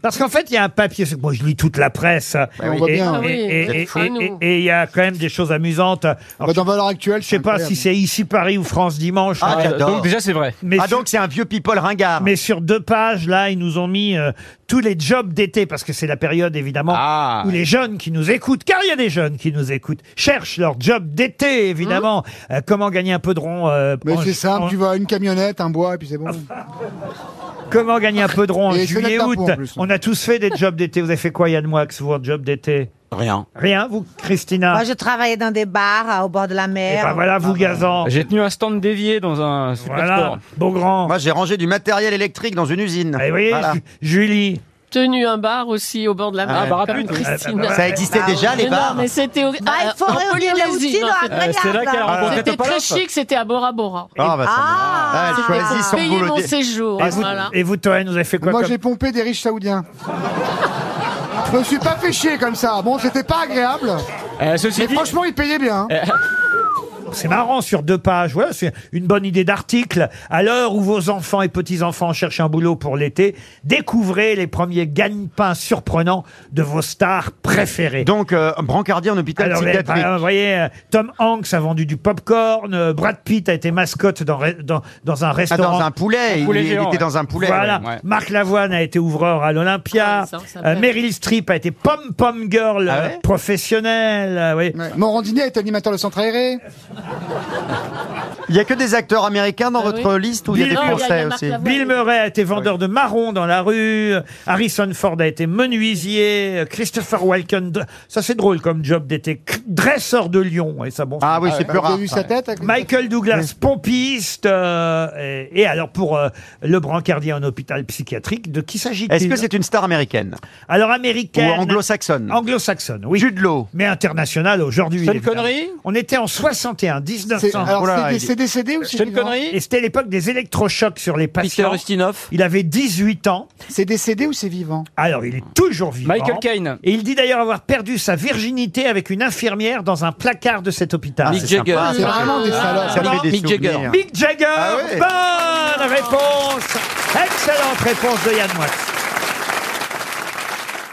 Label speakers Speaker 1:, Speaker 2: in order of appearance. Speaker 1: Parce qu'en fait, il y a un papier, c'est que moi je lis toute la presse,
Speaker 2: on voit
Speaker 1: et- et-
Speaker 2: bien, ouais.
Speaker 1: et-
Speaker 2: Vous
Speaker 1: et-
Speaker 2: êtes fous.
Speaker 1: et- et- et il y a quand même des choses amusantes. Alors,
Speaker 2: Bah, dans Valeurs Actuelles,
Speaker 1: je sais pas si c'est ici Paris ou France Dimanche.
Speaker 3: Ah,
Speaker 1: hein,
Speaker 3: j'adore.
Speaker 4: Donc déjà c'est vrai.
Speaker 1: mais
Speaker 3: Ah
Speaker 1: sur-
Speaker 3: donc c'est un vieux people ringard.
Speaker 1: mais sur deux pages, là, ils nous ont mis euh, tous les jobs d'été, parce que c'est la période, évidemment,
Speaker 3: Ah.
Speaker 1: où les jeunes qui nous écoutent, car il y a des jeunes qui nous écoutent, cherchent leur job d'été, évidemment. Euh, comment gagner un peu de rond euh,
Speaker 2: Hein Mais
Speaker 1: en-
Speaker 2: c'est simple,
Speaker 1: en-
Speaker 2: tu vas une camionnette, un bois, et puis c'est bon.
Speaker 1: Ah, Comment gagner un peu de rond en
Speaker 2: Et
Speaker 1: juillet,
Speaker 2: fenêtre à
Speaker 1: août
Speaker 2: pont, en plus.
Speaker 1: On a tous fait des jobs d'été. Vous avez fait quoi, Yann Moix, vous, en job d'été
Speaker 3: Rien.
Speaker 1: Rien, vous, Christina
Speaker 5: Moi, je travaillais dans des bars euh, au bord de la
Speaker 1: Eh
Speaker 5: mer.
Speaker 1: ben voilà,
Speaker 3: Ah,
Speaker 1: vous,
Speaker 3: bah,
Speaker 1: Gazan.
Speaker 4: J'ai tenu un stand dévié dans un
Speaker 1: Voilà,
Speaker 4: supersport.
Speaker 1: Beaugrand.
Speaker 3: Moi j'ai rangé du matériel électrique dans une usine.
Speaker 6: Eh
Speaker 1: Et vous voyez,
Speaker 3: Voilà.
Speaker 1: Ju- Julie.
Speaker 6: tenu un bar aussi au bord de la
Speaker 3: Ah,
Speaker 6: mer,
Speaker 3: un
Speaker 4: bar à
Speaker 6: comme
Speaker 4: putes.
Speaker 6: Christine.
Speaker 3: Ça existait
Speaker 5: Ah,
Speaker 3: déjà les
Speaker 6: Mais non,
Speaker 3: bars.
Speaker 6: mais c'était au,
Speaker 5: Bah, il
Speaker 6: euh,
Speaker 5: faut
Speaker 6: en
Speaker 5: réunir les
Speaker 6: Polynésie,
Speaker 5: outils dans
Speaker 6: en fait.
Speaker 5: la grillade,
Speaker 4: Euh, c'est là qu'elle
Speaker 5: là.
Speaker 4: a rencontré
Speaker 6: C'était très
Speaker 4: Topalov.
Speaker 6: chic, c'était à Bora Bora.
Speaker 3: Ah, bah, ça me-
Speaker 5: Ah,
Speaker 3: Ah, elle choisit son
Speaker 6: Payer
Speaker 3: boulot.
Speaker 6: mon
Speaker 3: dé-
Speaker 6: séjour.
Speaker 1: Et vous,
Speaker 6: voilà.
Speaker 1: et vous, Toen, vous avez fait quoi
Speaker 2: Moi,
Speaker 1: comme-
Speaker 2: j'ai pompé des riches saoudiens. Je me suis pas fait chier comme ça. Bon, c'était pas agréable,
Speaker 4: Euh, ceci
Speaker 2: mais
Speaker 4: dit,
Speaker 2: franchement, ils payaient bien.
Speaker 1: Eh. C'est marrant sur deux pages. Voilà, c'est une bonne idée d'article. À l'heure où vos enfants et petits-enfants cherchent un boulot pour l'été, découvrez les premiers gagne-pains surprenants de vos stars préférées.
Speaker 3: Donc euh, brancardier en hôpital Ah,
Speaker 6: Ah
Speaker 1: Alors, les-
Speaker 3: psychiatrique.
Speaker 1: par- vous voyez, euh, Tom Hanks a vendu du popcorn, euh, Brad Pitt a été mascotte dans, re- dans, dans un
Speaker 3: Ah,
Speaker 1: restaurant.
Speaker 3: dans un poulet, il,
Speaker 4: poulet
Speaker 3: il
Speaker 4: géant,
Speaker 3: était
Speaker 4: ouais.
Speaker 3: dans un poulet.
Speaker 1: Voilà.
Speaker 3: ouais, ouais.
Speaker 1: Marc Lavoine a été ouvreur à l'Olympia.
Speaker 6: Ah, ça, ça
Speaker 1: Euh,
Speaker 6: plaît.
Speaker 1: Meryl Streep a été pom-pom girl
Speaker 3: Ah
Speaker 1: euh,
Speaker 3: ouais
Speaker 1: professionnelle. euh, oui.
Speaker 6: Ah
Speaker 2: Ouais. Morandini est animateur de centre aéré.
Speaker 3: Il y a que des acteurs américains dans
Speaker 6: Ah oui.
Speaker 3: votre liste ou il y a des
Speaker 1: Non, il y a-
Speaker 6: il y a
Speaker 3: Français
Speaker 6: Marc
Speaker 3: aussi
Speaker 6: Lavoine.
Speaker 1: Bill Murray a été vendeur de marrons dans la rue. Harrison Ford a été menuisier. Euh, Christopher Walken, dr- ça c'est drôle comme job d'été. C- Dresseur de lion. Et ça, bon,
Speaker 3: Ah oui, c'est plus
Speaker 2: Vous
Speaker 3: rare.
Speaker 2: avez vu
Speaker 3: ça.
Speaker 2: sa tête avec-
Speaker 1: Michael Douglas, pompiste. euh, et, et alors pour euh, le brancardier en hôpital psychiatrique, de qui s'agit-il
Speaker 3: Est-ce que c'est une star américaine
Speaker 1: Alors
Speaker 3: ou
Speaker 1: américaine.
Speaker 3: anglo-saxonne
Speaker 6: Oh,
Speaker 1: Anglo-saxonne, oui.
Speaker 3: Jude Law.
Speaker 1: Mais international aujourd'hui.
Speaker 4: Sean
Speaker 1: évidemment.
Speaker 4: Connery
Speaker 1: On était en 61,
Speaker 2: C'est-
Speaker 1: 1900.
Speaker 2: Alors,
Speaker 3: Oh là,
Speaker 2: c'est-
Speaker 3: il-
Speaker 2: c'est décédé ou c'est
Speaker 4: Sean
Speaker 2: vivant
Speaker 4: Connery
Speaker 1: Et c'était l'époque des électrochocs sur les patients.
Speaker 4: Ustinov
Speaker 1: Il avait 18 ans.
Speaker 2: C'est décédé ou c'est vivant
Speaker 1: Alors, il est toujours vivant.
Speaker 4: Michael Caine
Speaker 1: Et il dit d'ailleurs avoir perdu sa virginité avec une infirmière dans un placard de cet hôpital.
Speaker 3: Ah, c'est sympa,
Speaker 2: C'est vraiment des salopes.
Speaker 3: Ça fait des souvenirs.
Speaker 1: Mick Jagger,
Speaker 3: Ah ouais.
Speaker 1: bonne réponse Excellente réponse de Yann Moix.